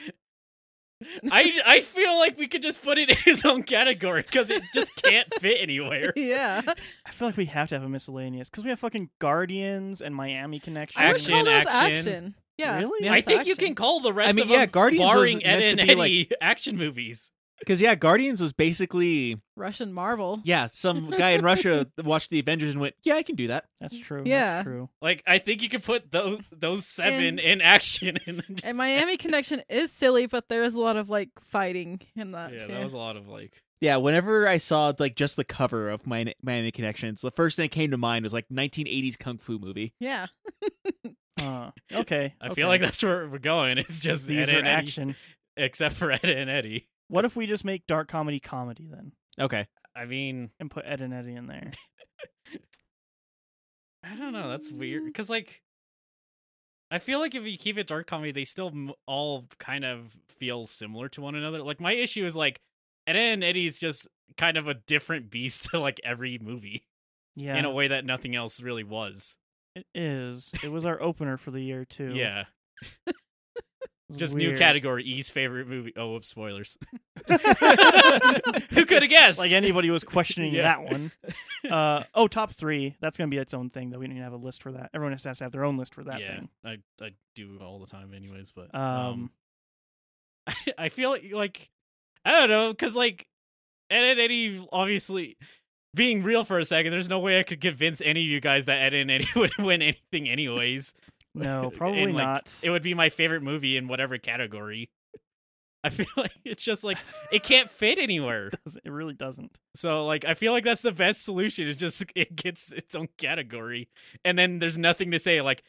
Speaker 3: I I feel like we could just put it in its own category because it just can't fit anywhere.
Speaker 1: yeah.
Speaker 2: I feel like we have to have a miscellaneous because we have fucking Guardians and Miami Connection.
Speaker 1: I would call
Speaker 3: Action,
Speaker 1: those
Speaker 3: action.
Speaker 1: action. Yeah.
Speaker 2: Really?
Speaker 3: I think you
Speaker 1: action.
Speaker 3: can call the rest
Speaker 4: I mean,
Speaker 3: of
Speaker 4: yeah,
Speaker 3: them,
Speaker 4: Guardians was
Speaker 3: barring Ed
Speaker 4: meant
Speaker 3: and
Speaker 4: to be, like-
Speaker 3: Eddie, action movies.
Speaker 4: because yeah, Guardians was basically
Speaker 1: Russian Marvel.
Speaker 4: yeah, some guy in Russia watched the Avengers and went, yeah, I can do that.
Speaker 2: That's true.
Speaker 1: Yeah.
Speaker 2: That's true.
Speaker 3: Like, I think you could put those those seven
Speaker 1: And-
Speaker 3: in action. And, then just,
Speaker 1: And Miami Connection is silly, but there is a lot of like fighting in that
Speaker 3: yeah,
Speaker 1: too.
Speaker 3: that was a lot of like.
Speaker 4: Yeah, whenever I saw like just the cover of Mi- Miami Connections, the first thing that came to mind was like 1980s kung fu movie.
Speaker 1: yeah.
Speaker 2: Uh, okay.
Speaker 3: I
Speaker 2: okay.
Speaker 3: feel like that's where we're going. It's just
Speaker 2: these
Speaker 3: Ed
Speaker 2: are
Speaker 3: and Eddie,
Speaker 2: action.
Speaker 3: except for Ed and Eddie.
Speaker 2: What if we just make dark comedy comedy then,
Speaker 4: Okay,
Speaker 3: I mean,
Speaker 2: and put Ed and Eddie in there?
Speaker 3: I don't know. That's weird
Speaker 1: Mm.
Speaker 3: because like. I feel like if you keep it dark comedy, they still m- all kind of feel similar to one another. Like my issue is like Ed and Eddie's just kind of a different beast to like every movie
Speaker 2: Yeah.
Speaker 3: in a way that nothing else really was.
Speaker 2: it is. It was our opener for the year too.
Speaker 3: Yeah,
Speaker 2: It was
Speaker 3: just new
Speaker 2: weird.
Speaker 3: category. E's favorite movie. Oh, whoops, spoilers. Who could have guessed?
Speaker 2: Like anybody was questioning
Speaker 3: Yeah.
Speaker 2: that one. Uh, oh, top three. That's gonna be its own thing. Though we didn't have a list for that. Everyone has to have their own list for that
Speaker 3: yeah,
Speaker 2: thing.
Speaker 3: I I do all the time, anyways. But
Speaker 2: Um,
Speaker 3: um, I feel like, like I don't know, because like Ed and Eddie obviously being real for a second, there's no way I could convince any of you guys that Ed and Eddie would win anything, anyways.
Speaker 2: No, probably
Speaker 3: And, like,
Speaker 2: not.
Speaker 3: It would be my favorite movie in whatever category. I feel like it's just like it can't fit anywhere.
Speaker 2: doesn't- it really doesn't.
Speaker 3: So like I feel like that's the best solution. It's just it gets its own category, and then there's nothing to say. Like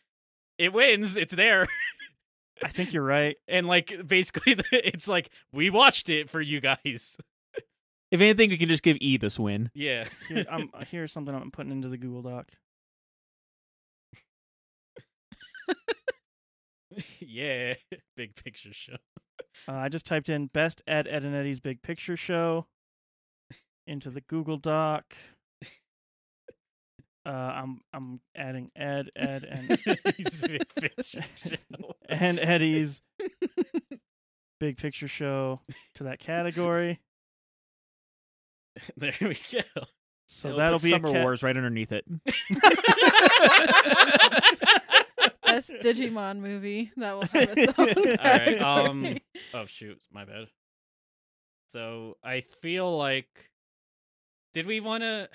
Speaker 3: it wins, it's there.
Speaker 2: I think you're right.
Speaker 3: and like basically it's like we watched it for you guys
Speaker 4: if anything, we can just give E this win.
Speaker 3: yeah
Speaker 2: Here, I'm, here's something I'm putting into the Google Doc.
Speaker 3: yeah big picture show
Speaker 2: Uh, I just typed in best Ed, Ed and Eddie's Big Picture Show into the Google Doc. Uh, I'm I'm adding Ed, Ed, and
Speaker 3: He's big picture show
Speaker 2: and Eddie's Big Picture Show to that category.
Speaker 3: there we go
Speaker 2: So
Speaker 4: It'll
Speaker 2: that'll
Speaker 4: put
Speaker 2: be a
Speaker 4: Summer
Speaker 2: ca-
Speaker 4: Wars right underneath it.
Speaker 1: Best Digimon movie that will have its own.
Speaker 2: All right,
Speaker 1: category.
Speaker 3: um, oh shoot my bad so i feel like did we want to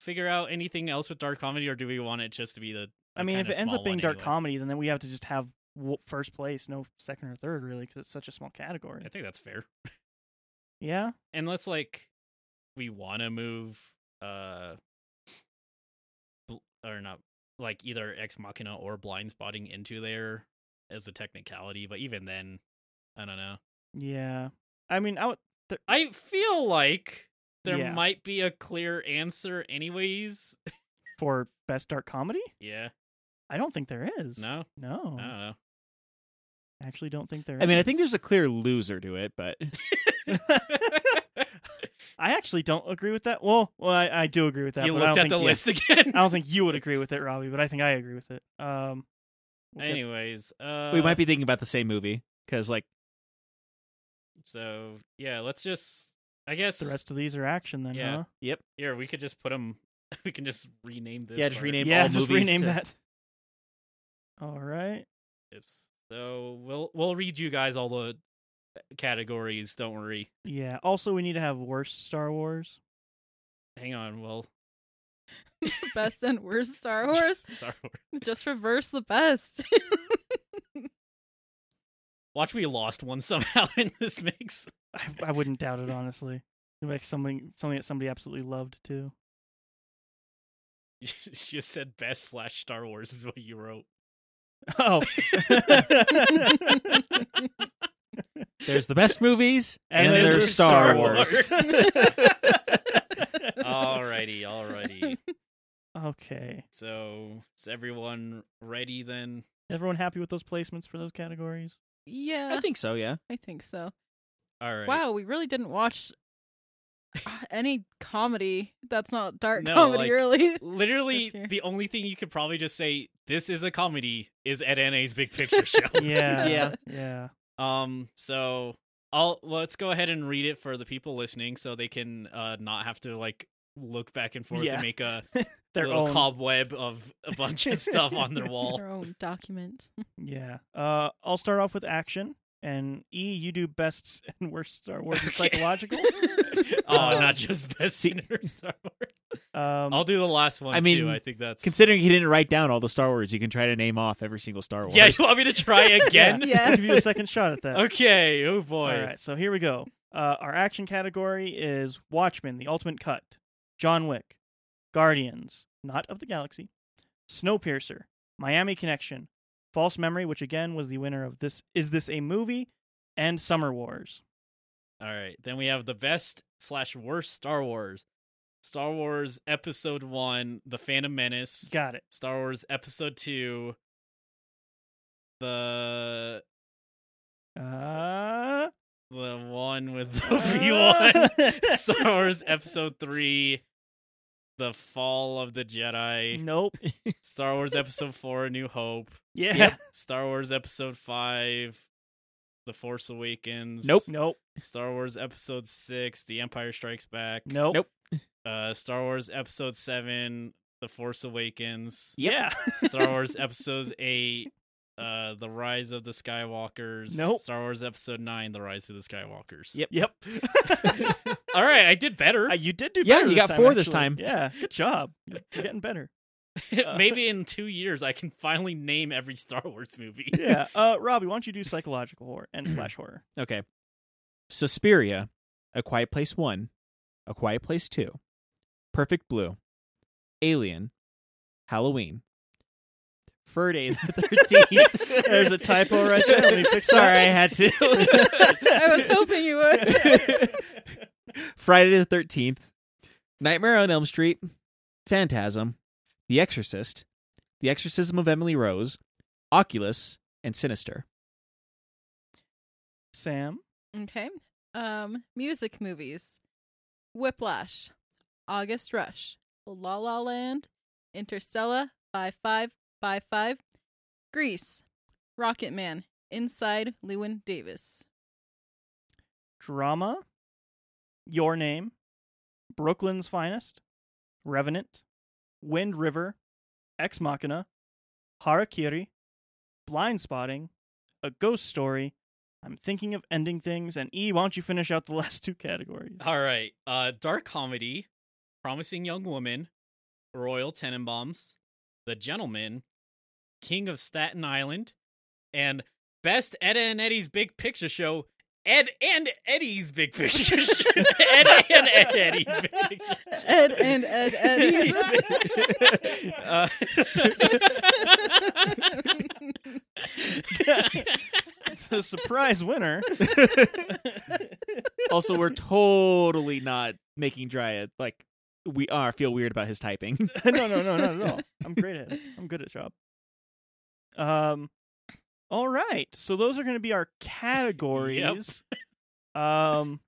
Speaker 3: figure out anything else with dark comedy or do we want it just to be the
Speaker 2: I mean,
Speaker 3: kind
Speaker 2: if
Speaker 3: of
Speaker 2: it ends
Speaker 3: small
Speaker 2: up being
Speaker 3: one
Speaker 2: dark
Speaker 3: anyways?
Speaker 2: comedy, then, then we have to just have w- first place, no second or third, really, because it's such a small category.
Speaker 3: i think that's fair
Speaker 2: Yeah,
Speaker 3: unless like we want to move uh bl- or not like either ex machina or blind spotting into there as a technicality but even then i don't know
Speaker 2: yeah. I mean, I would.
Speaker 3: i feel like there
Speaker 2: Yeah.
Speaker 3: might be a clear answer anyways
Speaker 2: for best dark comedy,
Speaker 3: yeah
Speaker 2: I don't think there is.
Speaker 3: no
Speaker 2: no,
Speaker 3: i don't know
Speaker 2: I actually don't think there is.
Speaker 4: I mean, I think there's a clear loser to it, but
Speaker 2: I actually don't agree with that. Well, well, I, I do agree with that.
Speaker 3: you
Speaker 2: but I
Speaker 3: looked
Speaker 2: don't
Speaker 3: at the
Speaker 2: think you-
Speaker 3: list again
Speaker 2: I don't think you would agree with it, Robbie, but I think I agree with it. Um, we'll get-
Speaker 3: anyways uh
Speaker 4: we might be thinking about the same movie because like
Speaker 3: so yeah let's just i guess
Speaker 2: the rest of these are action then,
Speaker 3: Yeah.
Speaker 2: huh?
Speaker 3: here we could just put them we can just rename this
Speaker 4: Yeah, just
Speaker 3: part.
Speaker 4: rename
Speaker 2: yeah,
Speaker 4: all
Speaker 2: just
Speaker 4: movies
Speaker 2: rename
Speaker 4: to-
Speaker 2: that. All right.
Speaker 3: Oops. So we'll we'll read you guys all the uh, categories. Don't worry.
Speaker 2: Yeah. Also, we need to have worst Star Wars.
Speaker 3: Hang on. We'll
Speaker 1: best and worst Star Wars.
Speaker 3: Star Wars.
Speaker 1: Just reverse the best.
Speaker 3: Watch, we lost one somehow in this mix.
Speaker 2: I, I wouldn't doubt it, honestly. Like something something that somebody absolutely loved too.
Speaker 3: You just said best slash Star Wars is what you wrote.
Speaker 2: Oh,
Speaker 4: There's the best movies,
Speaker 2: And
Speaker 4: and,
Speaker 2: then
Speaker 4: there's,
Speaker 2: there's
Speaker 4: Star
Speaker 2: Star
Speaker 4: Wars.
Speaker 3: alrighty, alrighty.
Speaker 2: okay.
Speaker 3: So is everyone ready then?
Speaker 2: Everyone happy with those placements for those categories?
Speaker 1: yeah,
Speaker 4: I think so, yeah.
Speaker 1: I think so.
Speaker 3: All right.
Speaker 1: Wow, we really didn't watch any comedy that's not dark
Speaker 3: No,
Speaker 1: comedy,
Speaker 3: like-
Speaker 1: really.
Speaker 3: Literally,
Speaker 1: This year.
Speaker 3: the only thing you could probably just say this is a comedy is Ed NA's Big Picture Show.
Speaker 2: Yeah,
Speaker 4: Yeah.
Speaker 2: yeah.
Speaker 3: Um, so I'll let's go ahead and read it for the people listening, so they can uh not have to like look back and forth
Speaker 2: Yeah.
Speaker 3: and make a
Speaker 2: Their
Speaker 3: little
Speaker 2: own.
Speaker 3: cobweb of a bunch of stuff on their wall.
Speaker 1: Their own document.
Speaker 2: yeah. Uh, I'll start off with action. And E, you do best and worst Star Wars and
Speaker 3: Okay.
Speaker 2: psychological.
Speaker 3: Oh,
Speaker 2: Uh,
Speaker 3: not just best scene or Star Wars.
Speaker 2: Um,
Speaker 3: I'll do the last one
Speaker 4: I mean,
Speaker 3: too. I think that's
Speaker 4: Considering he didn't write down all the Star Wars, you can try to name off every single Star Wars.
Speaker 3: Yeah, you want me to try
Speaker 2: yeah,
Speaker 3: again?
Speaker 1: Yeah.
Speaker 2: I'll give you a second shot at that.
Speaker 3: Okay. Oh boy.
Speaker 2: All right, so here we go. Uh, our action category is Watchmen: The Ultimate Cut, John Wick, Guardians, not of the Galaxy, Snowpiercer, Miami Connection, False Memory, which again was the winner of this. Is this a movie? And Summer Wars.
Speaker 3: All right. Then we have the best slash worst Star Wars. Star Wars Episode One: The Phantom Menace.
Speaker 2: Got it.
Speaker 3: Star Wars Episode Two. The Ah.
Speaker 2: Uh,
Speaker 3: the one with the V one. Star Wars Episode Three. The Fall of the Jedi.
Speaker 2: nope.
Speaker 3: Star Wars Episode Four: A New Hope.
Speaker 2: Yeah.
Speaker 3: Star Wars Episode Five. The Force Awakens.
Speaker 4: Nope.
Speaker 2: Nope.
Speaker 3: Star Wars Episode Six: The Empire Strikes Back.
Speaker 2: Nope.
Speaker 4: Nope.
Speaker 3: uh, Star Wars Episode Seven, The Force Awakens,
Speaker 2: Yeah.
Speaker 3: Star Wars Episode Eight, uh, The Rise of the Skywalkers,
Speaker 2: Nope.
Speaker 3: Star Wars Episode Nine, The Rise of the Skywalkers.
Speaker 4: Yep.
Speaker 2: Yep.
Speaker 3: All right, I did better.
Speaker 2: Uh, you did do
Speaker 4: Yeah,
Speaker 2: better
Speaker 4: you
Speaker 2: this
Speaker 4: got
Speaker 2: time,
Speaker 4: four this
Speaker 2: actually.
Speaker 4: time.
Speaker 2: Yeah, good job. You're you're getting better.
Speaker 3: Maybe in two years I can finally name every Star Wars movie.
Speaker 2: Yeah, uh, Robbie, why don't you do psychological horror and slash horror?
Speaker 4: Okay. Suspiria, A Quiet Place 1, A Quiet Place 2, Perfect Blue, Alien, Halloween, Friday the 13th.
Speaker 2: There's a typo right there. Let me fix that.
Speaker 4: Sorry, I had
Speaker 1: I was
Speaker 4: to.
Speaker 1: hoping you would.
Speaker 4: Friday the 13th, Nightmare on Elm Street, Phantasm, The Exorcist, The Exorcism of Emily Rose, Oculus, and Sinister.
Speaker 2: Sam.
Speaker 1: Okay. Um, music movies. Whiplash, August Rush, La La Land, Interstellar, Five Five Five Five, Grease, Rocket Man, Inside Lewin Davis.
Speaker 2: Drama. Your name. Brooklyn's finest. Revenant. Wind River. Ex Machina. Harakiri. Blind Spotting. A Ghost Story. I'm thinking of ending things. And E, why don't you finish out the last two categories?
Speaker 3: All right, uh, dark comedy, Promising Young Woman, Royal Tenenbaums, The Gentleman, King of Staten Island, and best Edda and Eddie's Big Picture Show. Ed and Eddie's Big Picture Show. Ed and Ed Eddie's Big Picture Show.
Speaker 1: Ed and Ed Eddie's.
Speaker 3: Uh,
Speaker 2: the surprise winner.
Speaker 4: also, we're totally not making Dryad like we are. Feel weird about his typing.
Speaker 2: no, no, no, not at all. I'm great at it. I'm good at job. Um, all right. So those are going to be our categories. Um,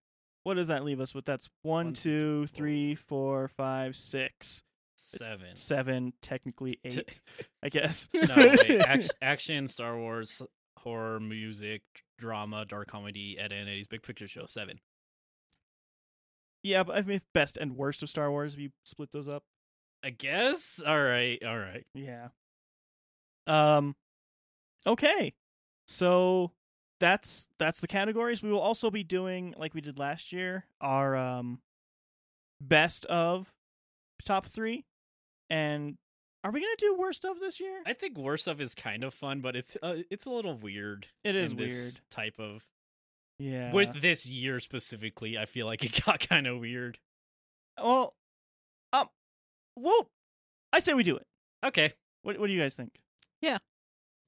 Speaker 2: what does that leave us with? That's one,
Speaker 3: One,
Speaker 2: two,
Speaker 3: two,
Speaker 2: three, four, five, six,
Speaker 3: Seven.
Speaker 2: seven. Technically
Speaker 3: T-
Speaker 2: eight, I guess.
Speaker 3: No, wait, action, action, Star Wars, horror, music, drama, dark comedy, Ed and Eddie's Big Picture Show. Seven.
Speaker 2: yeah, but I mean, best and worst of Star Wars. If you split those up,
Speaker 3: I guess. All right. All right.
Speaker 2: yeah. Um, okay. So that's that's the categories. We will also be doing like we did last year our um best of top 3 and are we going to do worst of this year?
Speaker 3: I think worst stuff is kind of fun, but it's uh, it's a little weird.
Speaker 2: It is
Speaker 3: in
Speaker 2: weird.
Speaker 3: this type of
Speaker 2: Yeah.
Speaker 3: With this year specifically, I feel like it got kind of weird.
Speaker 2: well, um, well, I say we do it.
Speaker 3: Okay,
Speaker 2: What What do you guys think?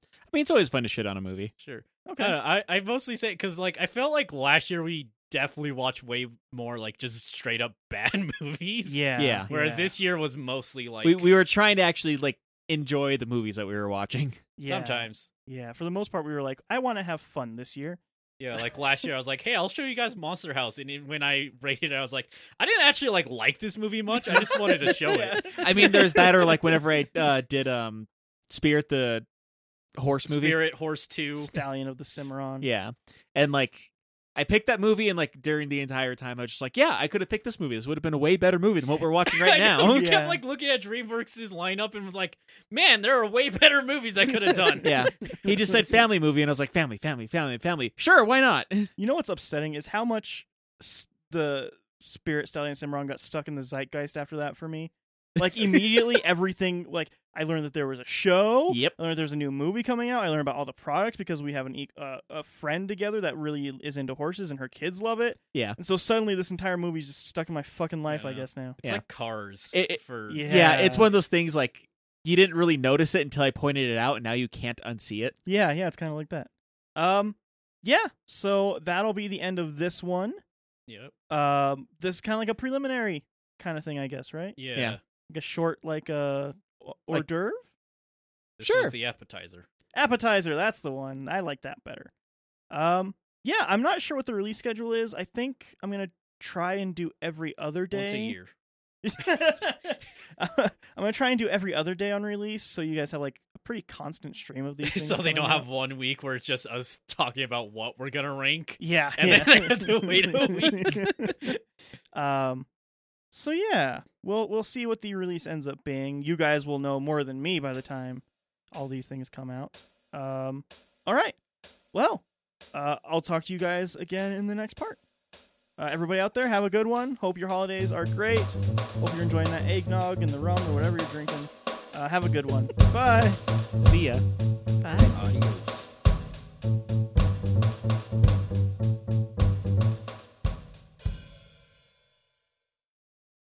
Speaker 4: I mean, it's always fun to shit on a movie.
Speaker 3: sure. I, don't know, I, I mostly say because like I felt like last year we definitely watched way more like just straight up bad movies.
Speaker 2: Yeah.
Speaker 4: Yeah.
Speaker 3: Whereas this year was mostly like
Speaker 4: we we were trying to actually like enjoy the movies that we were watching.
Speaker 2: Yeah.
Speaker 3: sometimes.
Speaker 2: Yeah. For the most part, we were like, I want to have fun this year.
Speaker 3: Yeah, like last year I was like, "Hey, I'll show you guys Monster House," and it- when I rated it, I was like, "I didn't actually like like this movie much. I just wanted to show it."
Speaker 4: I mean, there's that, or like whenever I uh, did um Spirit the horse movie.
Speaker 3: Spirit Horse Two.
Speaker 2: Stallion of the Cimarron.
Speaker 4: Yeah, and like I picked that movie, and like during the entire time, I was just like, yeah, I could have picked this movie. This would have been a way better movie than what we're watching right
Speaker 3: I know,
Speaker 4: now.
Speaker 3: we
Speaker 2: Yeah.
Speaker 3: kept like looking at DreamWorks' lineup and was like, "Man, there are way better movies I could have done."
Speaker 4: yeah, he just said family movie, and I was like, family, family, family, family. Sure, why not?
Speaker 2: You know what's upsetting is how much s- the Spirit Stallion Cimarron got stuck in the zeitgeist after that for me. Like immediately everything like I learned that there was a show.
Speaker 4: Yep.
Speaker 2: I learned there's a new movie coming out. I learned about all the products because we have an e- uh, a friend together that really is into horses and her kids love it.
Speaker 4: Yeah.
Speaker 2: And so suddenly this entire movie's just stuck in my fucking life, I
Speaker 3: Yeah.
Speaker 2: guess now.
Speaker 3: It's
Speaker 4: Yeah.
Speaker 3: like Cars
Speaker 4: It- it-
Speaker 3: for
Speaker 2: Yeah.
Speaker 4: Yeah. it's one of those things like you didn't really notice it until I pointed it out, and now you can't unsee it.
Speaker 2: Yeah, yeah, it's kind of like that. Um yeah, so that'll be the end of this one.
Speaker 3: Yep.
Speaker 2: Um this is kind of like a preliminary kind of thing, I guess, right?
Speaker 3: Yeah.
Speaker 4: Yeah.
Speaker 2: like a short like uh, hors
Speaker 4: Like-
Speaker 2: d'oeuvre
Speaker 3: This
Speaker 4: Sure.
Speaker 3: was the appetizer.
Speaker 2: appetizer that's the one i like that better um yeah i'm not sure what the release schedule is i think i'm gonna try and do every other day
Speaker 3: Once a year.
Speaker 2: i'm gonna try and do every other day on release so you guys have like a pretty constant stream of these things
Speaker 3: so they
Speaker 2: coming
Speaker 3: don't
Speaker 2: out.
Speaker 3: have one week where it's just us talking about what we're gonna rank.
Speaker 2: yeah
Speaker 3: and
Speaker 2: yeah.
Speaker 3: then they have to wait a
Speaker 2: week um so yeah we'll we'll see what the release ends up being you guys will know more than me by the time all these things come out um all right well uh, i'll talk to you guys again in the next part uh, everybody out there have a good one hope your holidays are great hope you're enjoying that eggnog and the rum or whatever you're drinking uh, have a good one bye
Speaker 4: See ya.
Speaker 1: Bye.
Speaker 3: Adios.